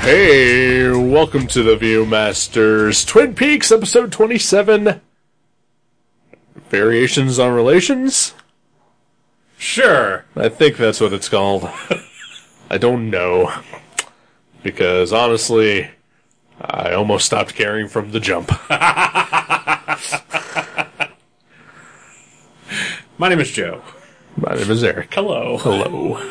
Hey, welcome to the Viewmasters Twin Peaks episode 27 Variations on Relations? Sure. I think that's what it's called. I don't know. Because honestly, I almost stopped caring from the jump. My name is Joe. My name is Eric. Hello. Hello.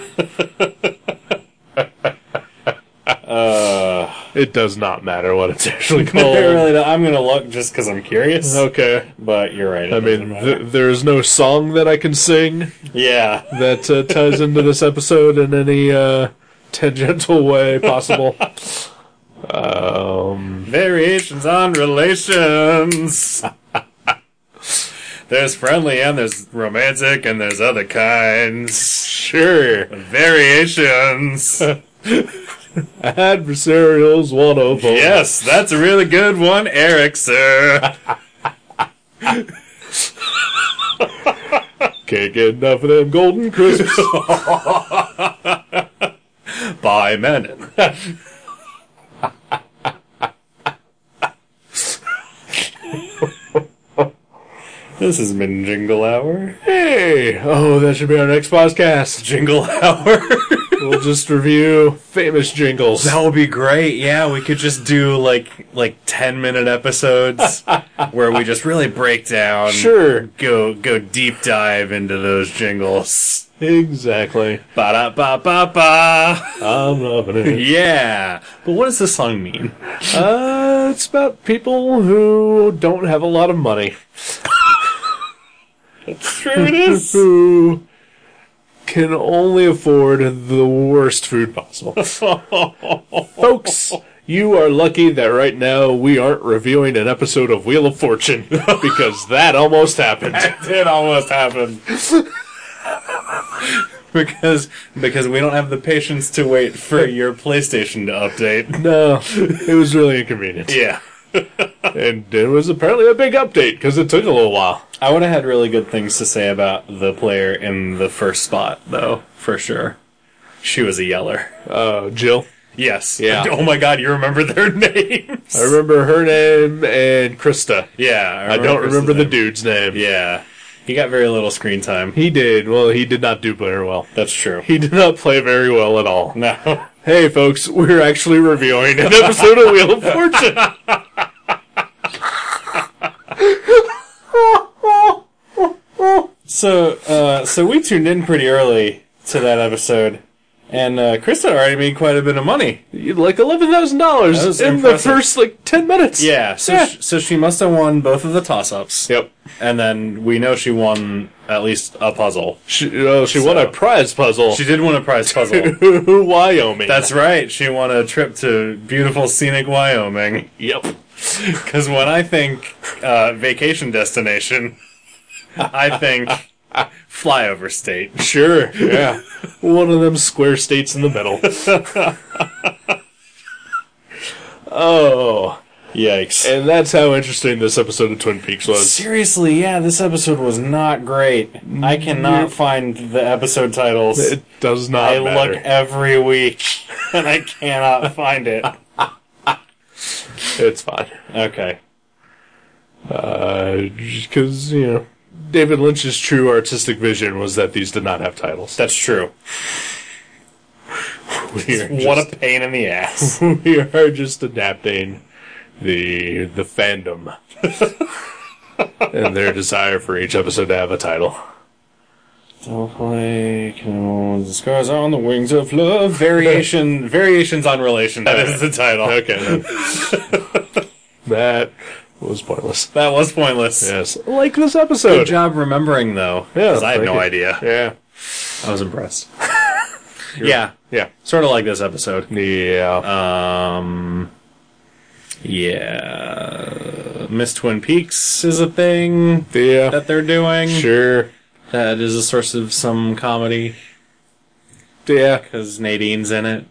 it does not matter what it's actually I called. really don't- I'm gonna look just because I'm curious. Okay. But you're right. it I doesn't mean, matter. th- there's no song that I can sing. yeah. that uh, ties into this episode in any uh, tangential way possible. um, Variations on relations. there's friendly and there's romantic and there's other kinds. sure, Variations. adversarials one of them. yes, that's a really good one, Eric, sir. Can't get enough of them golden crisps. By Menon. this has been Jingle Hour. hey, oh, that should be our next podcast. Jingle Hour. We'll just review famous jingles. that would be great. Yeah, we could just do like like ten minute episodes where we just really break down. Sure, Go go deep dive into those jingles. exactly. Ba da ba ba ba. I'm loving it. Yeah. But what does this song mean? Uh, it's about people who don't have a lot of money. Sure it is. who can only afford the worst food possible. Folks, you are lucky that right now we aren't reviewing an episode of Wheel of Fortune because that almost happened. it almost happened. because because we don't have the patience to wait for your PlayStation to update. No, it was really inconvenient. Yeah. And it was apparently a big update because it took a little while. I would have had really good things to say about the player in the first spot though, for sure. She was a yeller. Uh, Jill. Yes. Yeah. Oh my god, you remember their names. I remember her name and Krista. yeah. I don't Chris's remember the name. dude's name. Yeah. He got very little screen time. He did. Well, he did not do very well. That's true. He did not play very well at all. No. Hey, folks, we're actually reviewing an episode of Wheel of Fortune. So, uh, so we tuned in pretty early to that episode, and uh, Chris had already made quite a bit of money. Like eleven thousand That was dollars in the impressive. first like ten minutes. Yeah, so Yeah. sh so she must have won both of the toss-ups. Yep. And then we know she won at least a puzzle. She, oh, she won a prize puzzle. She did win a prize puzzle. Wyoming. That's right. She won a trip to beautiful scenic Wyoming. yep. Because when I think uh, vacation destination, I think flyover state. Sure. Yeah. One of them square states in the middle. oh, Yikes. and that's how interesting this episode of Twin Peaks was. Seriously, yeah, this episode was not great. I cannot find the episode titles. It does not I matter. look every week and I cannot find it. it's fine. Okay. because you know David Lynch's true artistic vision was that these did not have titles. That's true. We are what just, a pain in the ass. we are just adapting the the fandom and their desire for each episode to have a title. Don't play canoes, the scars on the wings of love. Variation variations on relation. That is the title. Okay, then. that was pointless. That was pointless. Yes, like this episode. Good job remembering though. Yeah, 'cause I had thank no you. idea. Yeah, I was impressed. yeah. yeah, Sort of like this episode. yeah. Um, yeah, Miss Twin Peaks is a thing yeah, that they're doing. sure. That is a source of some comedy Yeah, because Nadine's in it.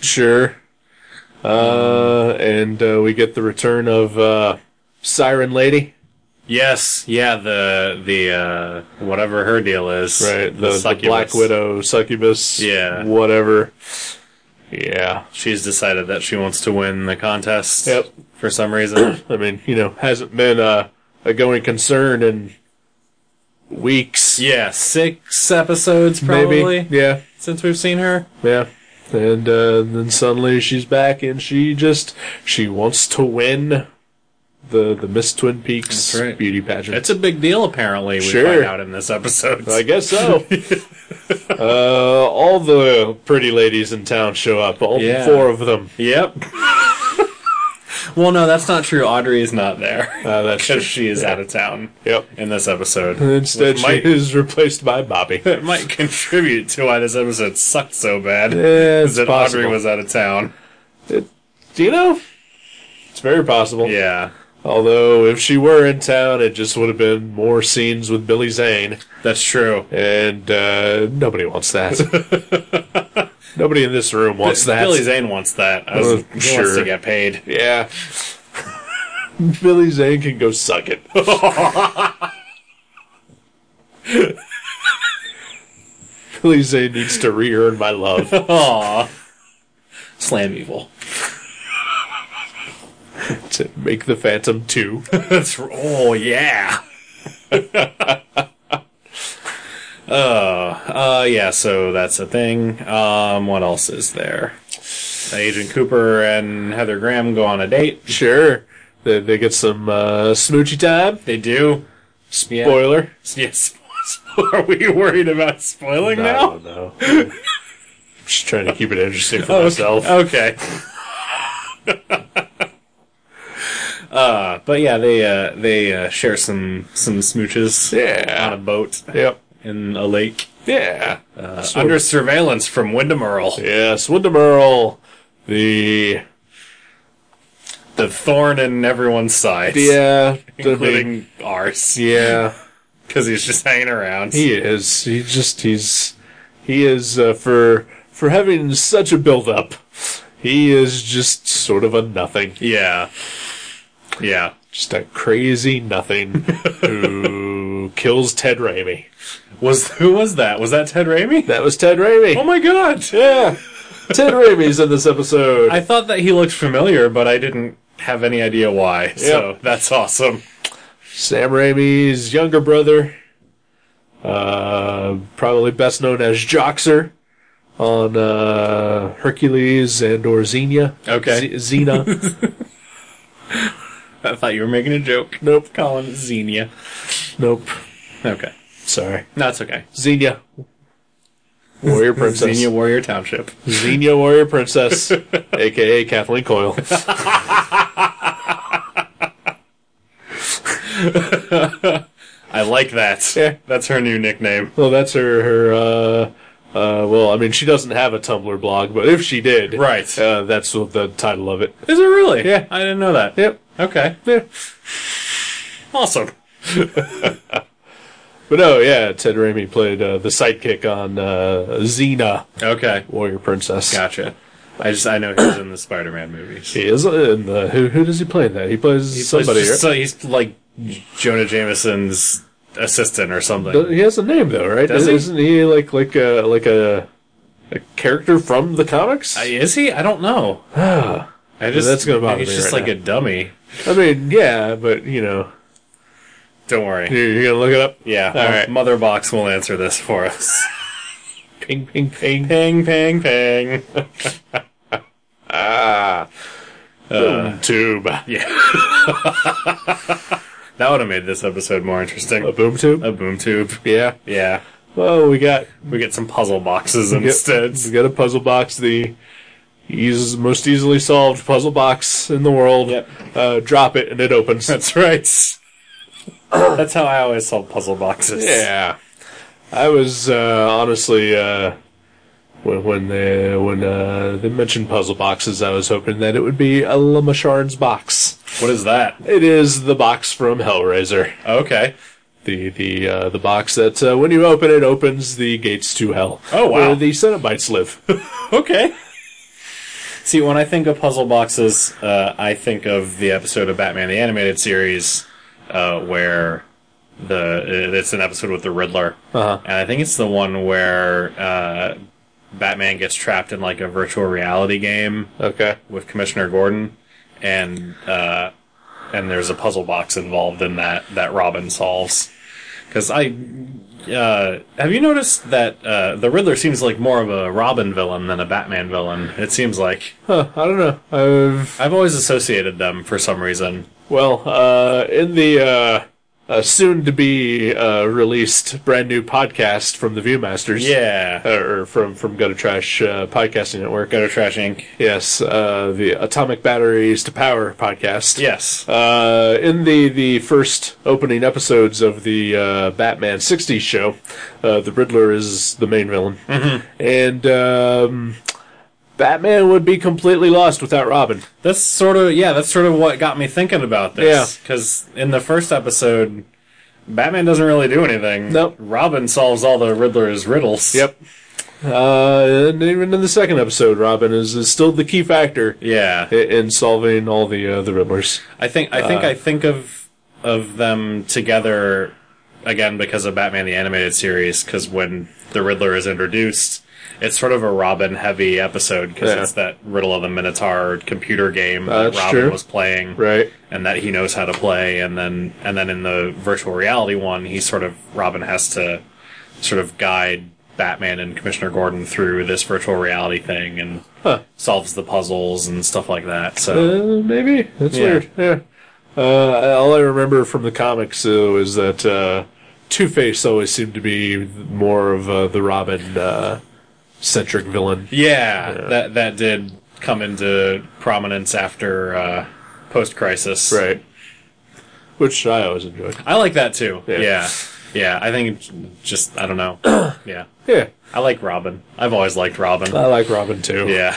Sure. Uh, and uh, we get the return of uh, Siren Lady. Yes, yeah, the the uh, whatever her deal is, The, the, succubus. Black Widow, succubus, Yeah. whatever. Yeah. She's decided that she wants to win the contest. Yep. For some reason. I mean, you know, hasn't been uh, a going concern in weeks, yeah, six episodes probably maybe. Yeah, since we've seen her. yeah. And uh, then suddenly she's back, and she just she wants to win the the Miss Twin Peaks That's right. beauty pageant. It's a big deal apparently we Sure. find out in this episode. I guess so. uh, all the pretty ladies in town show up. All Yeah. four of them. yep. well, no, that's not true. Audrey is not there. Uh, that's because true. she is out of town Yep. in this episode. Instead, which she might, is replaced by Bobby. that might contribute to why this episode sucked so bad. Yeah, it's is that possible. Audrey was out of town. Do you know? It's very possible. Yeah, Although, if she were in town, it just would have been more scenes with Billy Zane, that's true. and uh, nobody wants that. nobody in this room wants that. Billy Zane wants that. I was, Oh, he sure. wants to get paid. Yeah. Billy Zane can go suck it. Billy Zane needs to re earn my love. Aw. Slam evil. to make the Phantom 2. That's r- oh yeah. uh, uh, yeah. So that's a thing. Um, what else is there? Agent Cooper and Heather Graham go on a date. Sure. They, they get some uh, smoochy time. They do. Spoiler. Yes. Are we worried about spoiling I now? don't know. I'm just trying to keep it interesting for myself. Okay. uh, but yeah, they uh, they uh, share some some smooches on a Yeah. boat Yep. in a lake Yeah. Um, uh, under surveillance from Wyndham Earl, yes, Wyndham Earl, the the thorn in everyone's side, yeah, the- including ours, yeah. because he's just hanging around. He is. He just he's he is uh, for for having such a build up. He is just sort of a nothing, yeah, yeah. just a crazy nothing who kills Ted Raimi. Was who was that? Was that Ted Raimi? That was Ted Raimi. Oh my god! Yeah. Ted Raimi's in this episode. I thought that he looked familiar, but I didn't have any idea why. So that's awesome. Sam Raimi's younger brother, uh, probably best known as Joxer on uh, Hercules and or Xenia. Okay. Z- Xena. I thought you were making a joke. nope. Calling it Xenia. Nope. Okay. Sorry. No, it's okay. Xenia. Warrior Princess. Xenia Xenia, Warrior Township. Warrior Princess, aka Kathleen Coyle. I like that. Yeah. That's her new nickname. Well, that's her. Her. Uh, uh, well, I mean, she doesn't have a Tumblr blog, but if she did, Right. uh, that's what the title of it. Is it really? Yeah. I didn't know that. Yep. Okay. Yeah. Awesome. But no, yeah, Ted Raimi played uh, the sidekick on uh, Xena, Okay. Warrior Princess. Gotcha. I just I know he was in the Spider-Man movies. He is uh, in the who? Who does he play in that? He plays somebody. He's, right? just- so he's like Jonah Jameson's assistant or something. he has a name though, right? Does he? Isn't he like like a like a a character from the comics? Uh, Is he? I don't know. I just That's gonna bother he's me just right like now. a dummy. I mean, yeah, but you know, Don't worry. you're, you're gonna look it up. Yeah. All right. Mother Box will answer this for us. Ping, ping, ping. Ping, ping, ping. Uh, Boom, tube. That would have made this episode more interesting. A boom tube. A boom tube. yeah. Um, Yeah. Well, we got We get some puzzle boxes Yep. instead. We got a puzzle box, the eas- most easily solved puzzle box in the world. Yep. Uh, drop it and it opens. That's right. That's how I always solve puzzle boxes. yeah. I was uh, honestly uh, when when they when uh, they mentioned puzzle boxes, I was hoping that it would be a Lamashard's box. What is that? It is the box from Hellraiser. Okay. The the uh, the box that uh, when you open it opens the gates to hell. Oh, wow. Where the Cenobites live. Okay. See, when I think of puzzle boxes, uh, I think of the episode of Batman the Animated Series uh, where the it's an episode with the Riddler, Uh-huh. and I think it's the one where uh, Batman gets trapped in like a virtual reality game Okay. with Commissioner Gordon, and uh, and there's a puzzle box involved in that that Robin solves. Because I uh, have you noticed that uh, the Riddler seems like more of a Robin villain than a Batman villain. It seems like Huh, I don't know. I've I've always associated them for some reason. well, uh, in the uh, uh, soon to be uh, released brand new podcast from the Viewmasters. Yeah, Or from from Go to Trash uh, podcasting network. go to Trash Inc. Yes, uh, the Atomic Batteries to Power podcast. Yes. Uh, in the, the first opening episodes of the uh, Batman 60s show, uh, the Riddler is the main villain. And um, Batman would be completely lost without Robin. That's sort of yeah. That's sort of what got me thinking about this. Yeah. because in the first episode, Batman doesn't really do anything. Nope. Robin solves all the Riddler's riddles. Uh, and even in the second episode, Robin is, is still the key factor Yeah. i- in solving all the uh, the Riddlers. I think I Uh. think I think of of them together again because of Batman the animated series. Because when the Riddler is introduced, it's sort of a Robin heavy episode because Yeah. it's that Riddle of the Minotaur computer game that That's Robin true. was playing. Right. and that he knows how to play and then and then in the virtual reality one he sort of Robin has to sort of guide Batman and Commissioner Gordon through this virtual reality thing and Huh. solves the puzzles and stuff like that. So Uh, maybe that's Yeah. weird. Yeah. Uh, all I remember from the comics though is that uh, Two Face always seemed to be more of uh, the Robin uh, centric villain. yeah, that that did come into prominence after uh, post crisis. Right. Which I always enjoyed. I like that too. Yeah. Yeah. yeah. I think it's just I don't know. yeah. Yeah, I like Robin. I've always liked Robin. I like Robin too. yeah.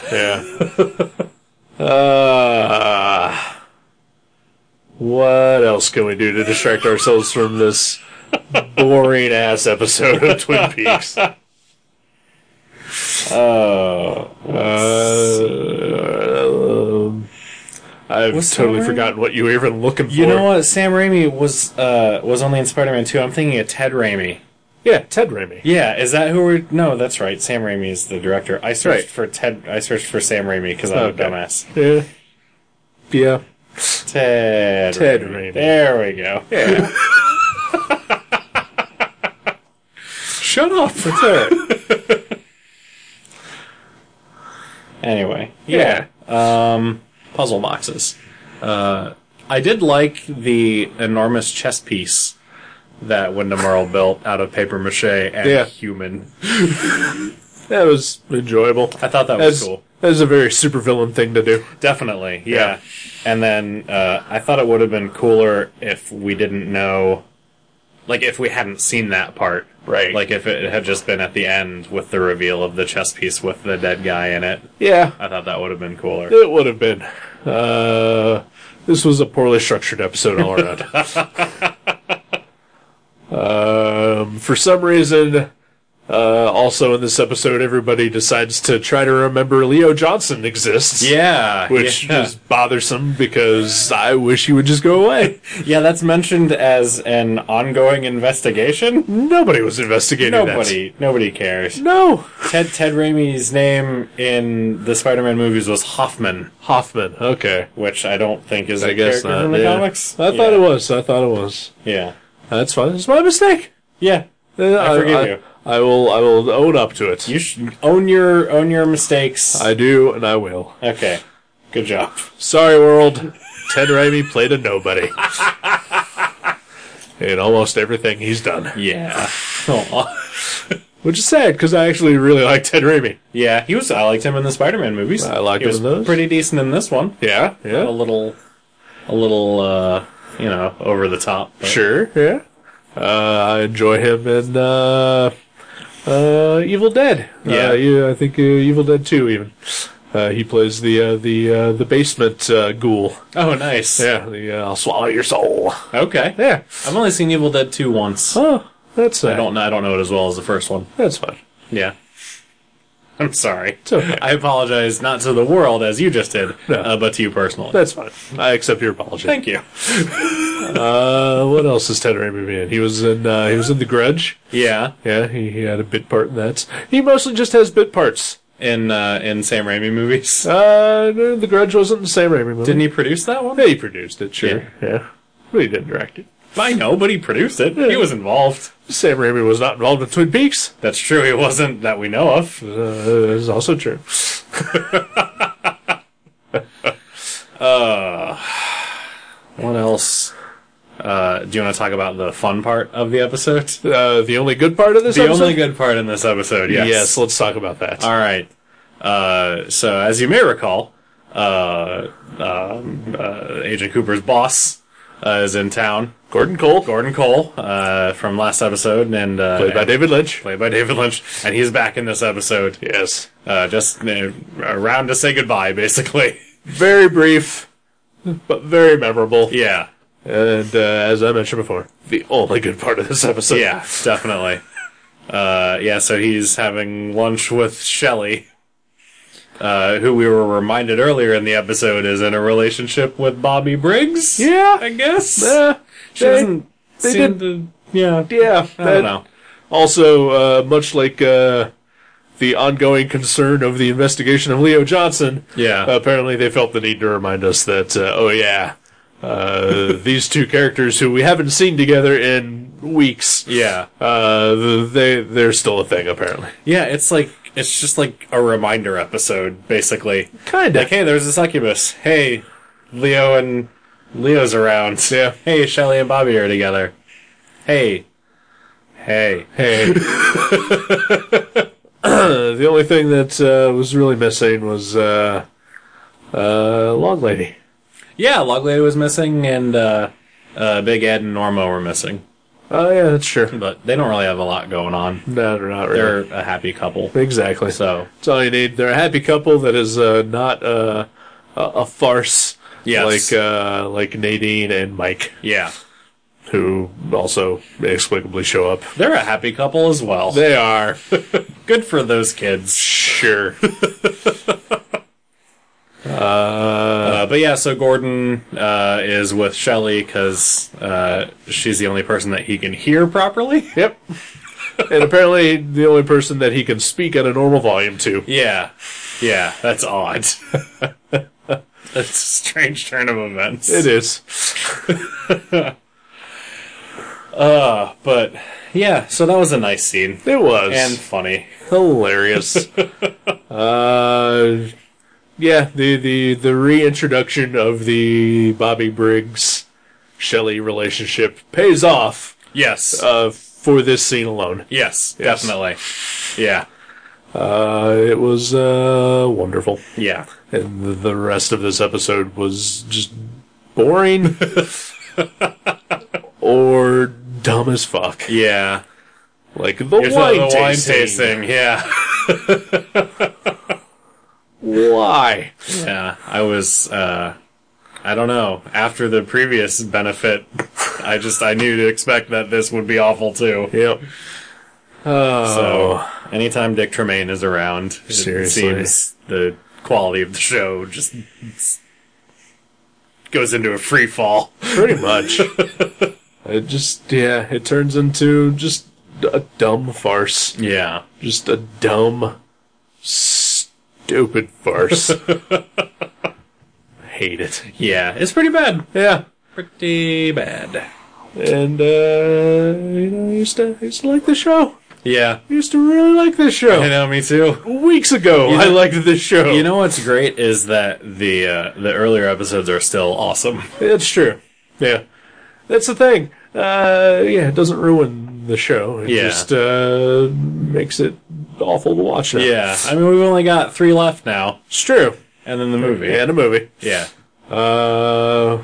Yeah. uh, what else can we do to distract ourselves from this boring ass episode of Twin Peaks? Uh, um, I've What's totally that word? forgotten what you were even looking for. You know what? Sam Raimi was uh, was only in Spider Man Two. I'm thinking of Ted Raimi. Yeah, Ted Raimi. Yeah, is that who we're? No, that's right. Sam Raimi is the director. I searched Right. for Ted. I searched for Sam Raimi because I'm Okay. a dumbass. Yeah. Yeah. Ted. Ted Raimi. There we go. Yeah. Shut up. That's all right. Anyway, Yeah. yeah. Um, puzzle boxes. Uh, I did like the enormous chess piece that Wyndham Earl built out of paper mache and Yeah. human. That was enjoyable. I thought that was That's, cool. that is a very supervillain thing to do. Definitely, yeah. And then uh, I thought it would have been cooler if we didn't know, like if we hadn't seen that part, Right. Like if it had just been at the end with the reveal of the chess piece with the dead guy in it. Yeah, I thought that would have been cooler. it would have been. Uh, this was a poorly structured episode all around. um, for some reason, uh, also in this episode, everybody decides to try to remember Leo Johnson exists. Yeah, Which yeah. is bothersome because I wish he would just go away. yeah, that's mentioned as an ongoing investigation. Nobody was investigating that. Nobody, nobody cares. No. Ted Ted Raimi's name in the Spider-Man movies was Hoffman, Hoffman. Okay. which I don't think is a I guess character not. in the yeah. comics. I thought yeah. it was. I thought it was. Yeah, Uh, That's fine. It's my mistake. Uh, yeah. I, forgive I- you. I will. I will own up to it. You should own your own your mistakes. I do, and I will. okay, good job. Sorry, world. Ted Raimi played a nobody in almost everything he's done, Yeah, which is sad because I actually really like Ted Raimi. yeah. He was. I liked him in the Spider-Man movies. I liked He him was in those. Pretty decent in this one. Yeah, A yeah, little, a little, uh, you know, over the top. but- sure, yeah. Uh, I enjoy him in uh, uh, Evil Dead. Yeah. uh, yeah I think uh, Evil Dead Two even. Uh, he plays the uh, the uh, the basement uh, ghoul. Oh, nice. Yeah, the uh, I'll swallow your soul. Okay. Yeah. I've only seen Evil Dead Two once. Oh, that's I sad. don't. I don't know it as well as the first one. That's fine. Yeah. I'm sorry. okay. I apologize not to the world as you just did, uh, but to you personally. That's fine. I accept your apology. Thank you. Uh, what else is Ted Raimi in? He was in uh, he was in The Grudge. Yeah, Yeah, he, he had a bit part in that. He mostly just has bit parts. in uh, in Sam Raimi movies. Uh, no, The Grudge wasn't the same Raimi movie. Didn't he produce that one? Yeah, he produced it, sure. Yeah. But he didn't direct it. I know, but he produced it. He was involved. Sam Raimi was not involved in Twin Peaks. That's true. He wasn't that we know of. Uh, is also true. What else? Uh, do you want to talk about the fun part of the episode? The Uh, the only good part of this episode? only good part in this episode. Yes. Yes, let's talk about that. All right. Uh, so, as you may recall, uh, um, uh, Agent Cooper's boss uh, is in town. Gordon Cole, Gordon Cole uh, from last episode, and uh, played by David Lynch. played by David Lynch, and he's back in this episode. Yes. Uh, just uh, around to say goodbye, basically. Very brief, but very memorable. Yeah, And uh, as I mentioned before, the only good part of this episode. yeah, definitely. Uh, yeah, so he's having lunch with Shelley, uh, who we were reminded earlier in the episode is in a relationship with Bobby Briggs. Yeah. I guess. Uh, Eh, she doesn't eh. they seem did- to. Yeah, yeah. I don't know. Also, uh, much like uh, the ongoing concern of the investigation of Leo Johnson, Yeah. apparently they felt the need to remind us that, uh, oh yeah, uh, these two characters who we haven't seen together in weeks, yeah, uh, th- they they're still a thing apparently. yeah. It's like it's just like a reminder episode, basically. Kind Like, hey, there's a succubus. Hey, Leo and Leo's around. Yeah. Hey, Shelly and Bobby are together. Hey. Hey. Hey. the only thing that uh, was really missing was uh, uh, Long Lady. Yeah, Log Lady was missing, and uh, uh, Big Ed and Norma were missing. Oh yeah, that's true. But they don't really have a lot going on. No, they're not really. They're a happy couple. exactly. So, That's all you need. They're a happy couple that is uh, not uh, a, a farce. Yes. Like uh, like Nadine and Mike, yeah. who also inexplicably show up. They're a happy couple as well. They are Good for those kids. sure. Uh, but yeah, so Gordon uh, is with Shelly because uh, she's the only person that he can hear properly. Yep. and apparently, the only person that he can speak at a normal volume to. Yeah, yeah, that's odd. that's a strange turn of events. It is. But yeah, so that was a nice scene It was. and funny. hilarious. uh, yeah, the, the the reintroduction of the Bobby Briggs Shelley relationship pays off Yes, uh, for this scene alone. yes, yes. definitely. Yeah, Uh, it was uh, wonderful, yeah, and the- the rest of this episode was just boring or dumb as fuck. yeah. Like the Here's wine, another wine tasting. tasting. Yeah, Why? yeah. I was, uh, I don't know. After the previous benefit, I just I knew to expect that this would be awful too. Yep. So anytime Dick Tremaine is around, Seriously. it seems the quality of the show just goes into a free fall. pretty much. it just yeah, it turns into just a dumb farce, Yeah. just a dumb, stupid farce. Hate it. Yeah, it's pretty bad. Yeah, Pretty bad. and uh, you know, I used to I used to like the show. Yeah. I used to really like this You show. know, me too. Weeks ago, You I know- liked this show. You know what's great is that the uh, the earlier episodes are still awesome. it's true. Yeah, that's the thing. Uh, yeah, it doesn't ruin the show. It Yeah. just uh, makes it awful to watch. Now. Yeah. I mean, we've only got three left now, it's true. and then the movie. and a movie. Yeah. Uh,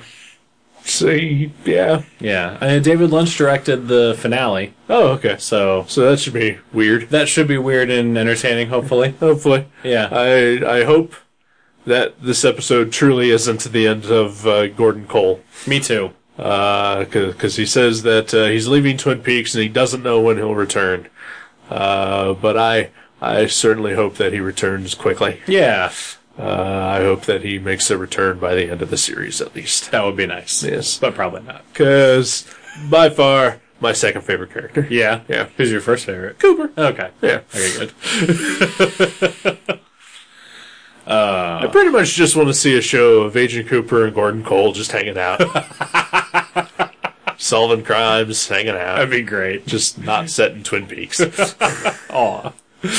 see, yeah. Yeah. And David Lynch directed the finale, Oh, okay. so So that should be weird. that should be weird and entertaining, hopefully. Hopefully, Yeah. I I hope that this episode truly isn't the end of uh, Gordon Cole, me too. because he says that uh, he's leaving Twin Peaks and he doesn't know when he'll return. Uh, but I I certainly hope that he returns quickly. Yeah, Uh, I hope that he makes a return by the end of the series, at least. that would be nice. Yes. but probably not. Because, by far, my second favorite character. Yeah, Yeah. Who's your first favorite? Cooper. Okay. Yeah. Okay, good. I pretty much just want to see a show of Agent Cooper and Gordon Cole just hanging out. Solving crimes, hanging out. That'd be great. Just not set in Twin Peaks. Aw. You're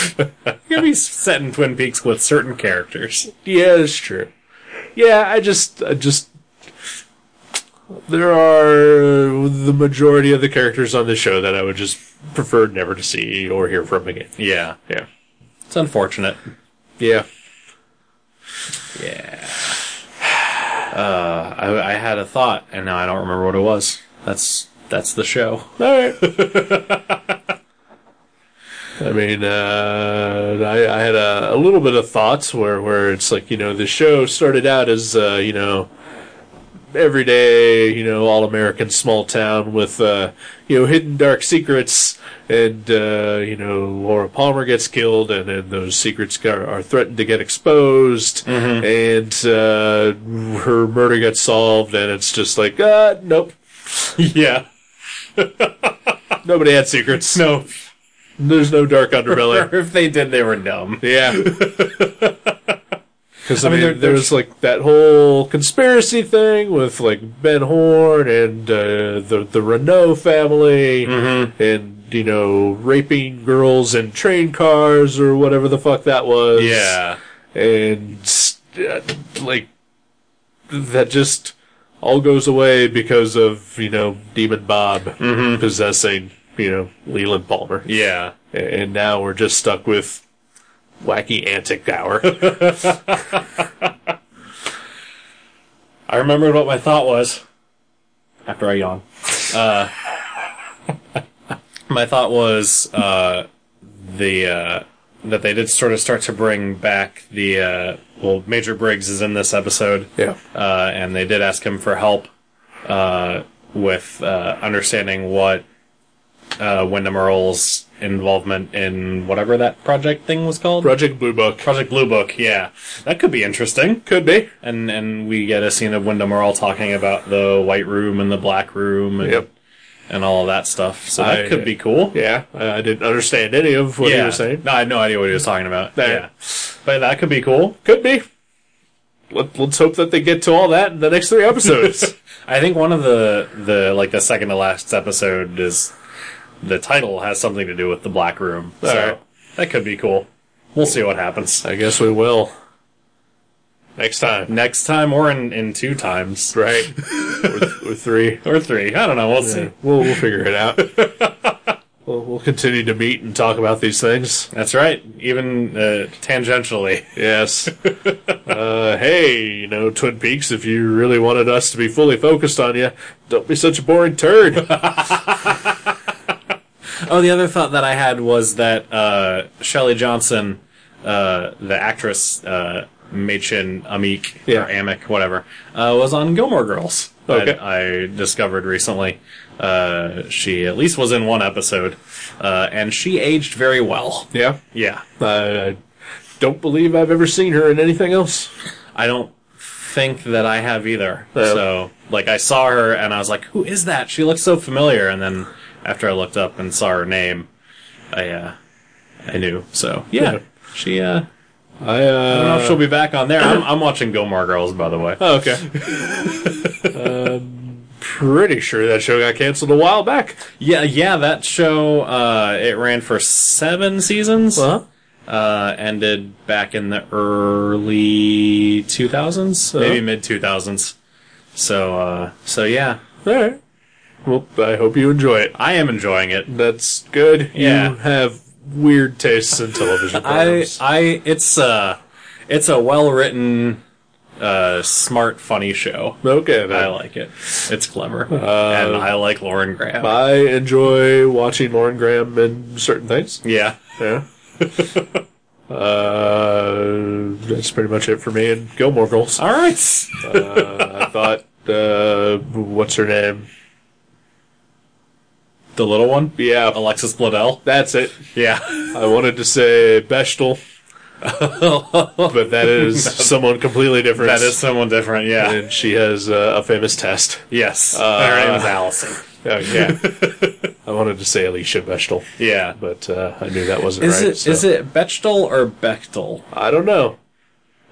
gonna be set in Twin Peaks with certain characters. Yeah, it's true. Yeah, I just, I just, there are the majority of the characters on this show that I would just prefer never to see or hear from again. Yeah. Yeah, It's unfortunate. yeah. Yeah. Uh, I, I had a thought, and now I don't remember what it was. That's that's the show. All right. I mean, uh, I, I had a, a little bit of thoughts where, where it's like, you know, the show started out as, uh, you know, everyday, you know, all American small town with, uh, you know, hidden dark secrets. And, uh, you know, Laura Palmer gets killed, and then those secrets are, are threatened to get exposed. And uh, her murder gets solved, and it's just like, uh, nope. yeah. Nobody had secrets. No. There's no dark underbelly. if they did, they were dumb. yeah. Because I, mean, mean, there- there, was like that whole conspiracy thing with like Ben Horn and uh, the the Renault family, Mm-hmm. and you know raping girls in train cars or whatever the fuck that was. Yeah. and uh, like that just all goes away because of you know Demon Bob Mm-hmm. possessing you know Leland Palmer. Yeah. and now we're just stuck with wacky antic hour. I remembered what my thought was after I yawn. Uh, my thought was uh, the uh, that they did sort of start to bring back the uh, well, Major Briggs is in this episode, yeah, uh, and they did ask him for help uh, with uh, understanding what uh, Wyndham Earl's involvement in whatever that project thing was called. Project Blue Book Project Blue Book, yeah, that could be interesting. could be. And and we get a scene of Wyndham Earl talking about the white room and the black room and, Yep. and all of that stuff. So that I- could be cool. Yeah, I I didn't understand any of what he was saying. No, I had no idea what he was talking about. Yeah. Yeah. But that could be cool. Could be. Let, let's hope that they get to all that in the next three episodes. I think one of the, the like the second to last episode is the title has something to do with the black room. So Alright. that could be cool. We'll see what happens. I guess we will next time. Next time or in, in two times. Right, or, or three. Or three. I don't know, we'll see. We'll we'll figure it out. we'll, we'll continue to meet and talk about these things. That's right. Even uh, tangentially. Yes. uh, hey, you know, Twin Peaks, if you really wanted us to be fully focused on you, don't be such a boring turd. Oh, the other thought that I had was that uh, Shelley Johnson, uh, the actress uh, Machen Amik Yeah. or Amick, whatever, uh, was on Gilmore Girls. that Okay. I discovered recently. Uh, she at least was in one episode, uh, and she aged very well. yeah. Yeah, I, I don't believe I've ever seen her in anything else. I don't think that I have either. Yeah. So, like, I saw her and I was like, "Who is that?" She looks so familiar. And then after I looked up and saw her name, I uh, I knew. So yeah, Yeah. she. Uh, I, I don't know if uh. she'll be back on there. I'm, I'm watching Gilmore Girls, by the way. oh, okay. um, pretty sure that show got canceled a while back. Yeah, yeah, that show. Uh, it ran for seven seasons. Huh? Uh, ended back in the early 2000s, maybe Huh? mid 2000s. So, uh, so yeah, Alright. Well, I hope you enjoy it. I am enjoying it. That's good. Yeah. You have weird tastes in television I, programs. I, it's uh it's a well written, uh, smart, funny show. okay, then. I like it. It's clever, Uh, and I like Lauren Graham. I enjoy watching Lauren Graham in certain things. yeah, Yeah. uh, that's pretty much it for me and Gilmore Girls. all right. Uh, I thought, uh, what's her name? the little one, Yeah, Alexis Bledel. that's it. Yeah, I wanted to say Bechtel, but that is someone completely different. that is someone different. Yeah. and she has uh, a famous test. Yes. Uh, Her name is Allison. Oh, yeah, I wanted to say Alicia Bechtel, Yeah. but uh, I knew that wasn't Is right. it is it Bechtel or Bechtel? I don't know.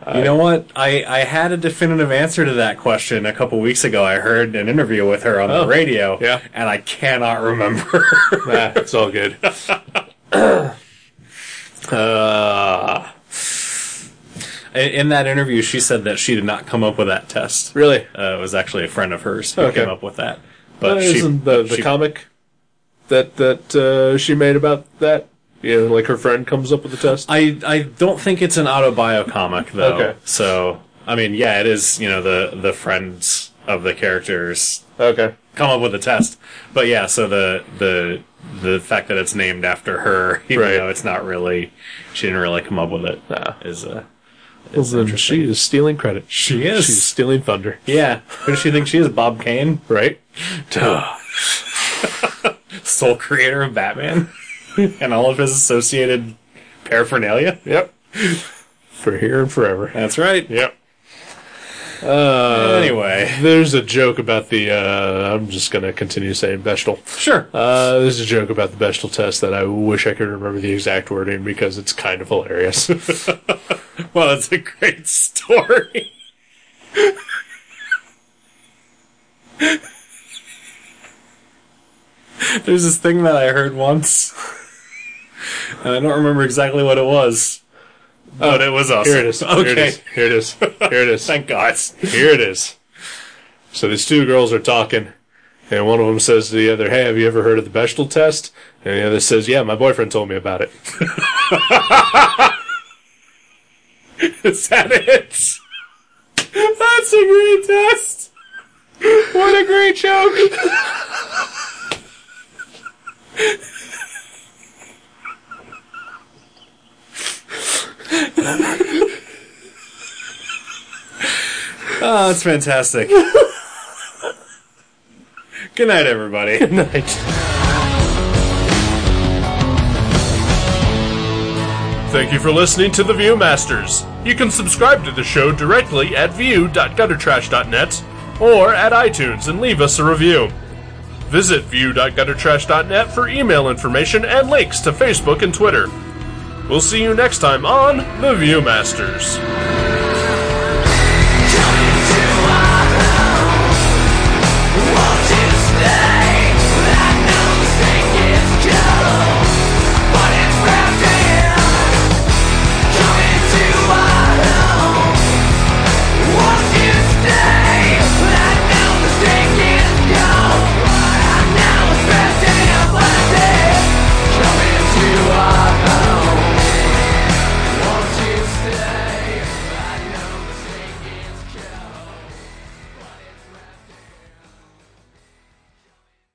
You know what? I, I had a definitive answer to that question a couple weeks ago. I heard an interview with her on the radio, Oh, yeah. and I cannot remember. Ah, it's all good. uh, in, in that interview, she said that she did not come up with that test. really, Uh, it was actually a friend of hers who Okay. came up with that. But she, isn't the, the she- comic that that uh, she made about that? You know, like her friend comes up with the test. I I don't think it's an autobio comic though. Okay. So I mean, yeah, it is. You know, the the friends of the characters okay, come up with a test. But yeah, so the the the fact that it's named after her, even Right. though it's not really, she didn't really come up with it, is Nah. uh, well, then she is stealing credit. she is. She's stealing thunder, yeah. Who does she think she is? Bob Kane, right? sole creator of Batman, and all of his associated paraphernalia. Yep. For here and forever. That's right. Yep. anyway, There's a joke about the. Uh, I'm just gonna continue saying Bechtel. sure. Uh, there's a joke about the Bechtel test that I wish I could remember the exact wording because it's kind of hilarious. well, it's a great story. There's this thing that I heard once, and I don't remember exactly what it was, but it was awesome. Here it is. Okay, Here it is. Here it is. Here it thank God. is. Here it is. So these two girls are talking, and one of them says to the other, "Hey, have you ever heard of the Bechtel test?" And the other says, "Yeah, my boyfriend told me about it." Is that it? That's a great test. What a great joke. oh, that's fantastic. Good night, everybody. Night. Thank you for listening to The Viewmasters. You can subscribe to the show directly at view.guttertrash.net or at iTunes and leave us a review. Visit view.guttertrash.net for email information and links to Facebook and Twitter. We'll see you next time on The Viewmasters.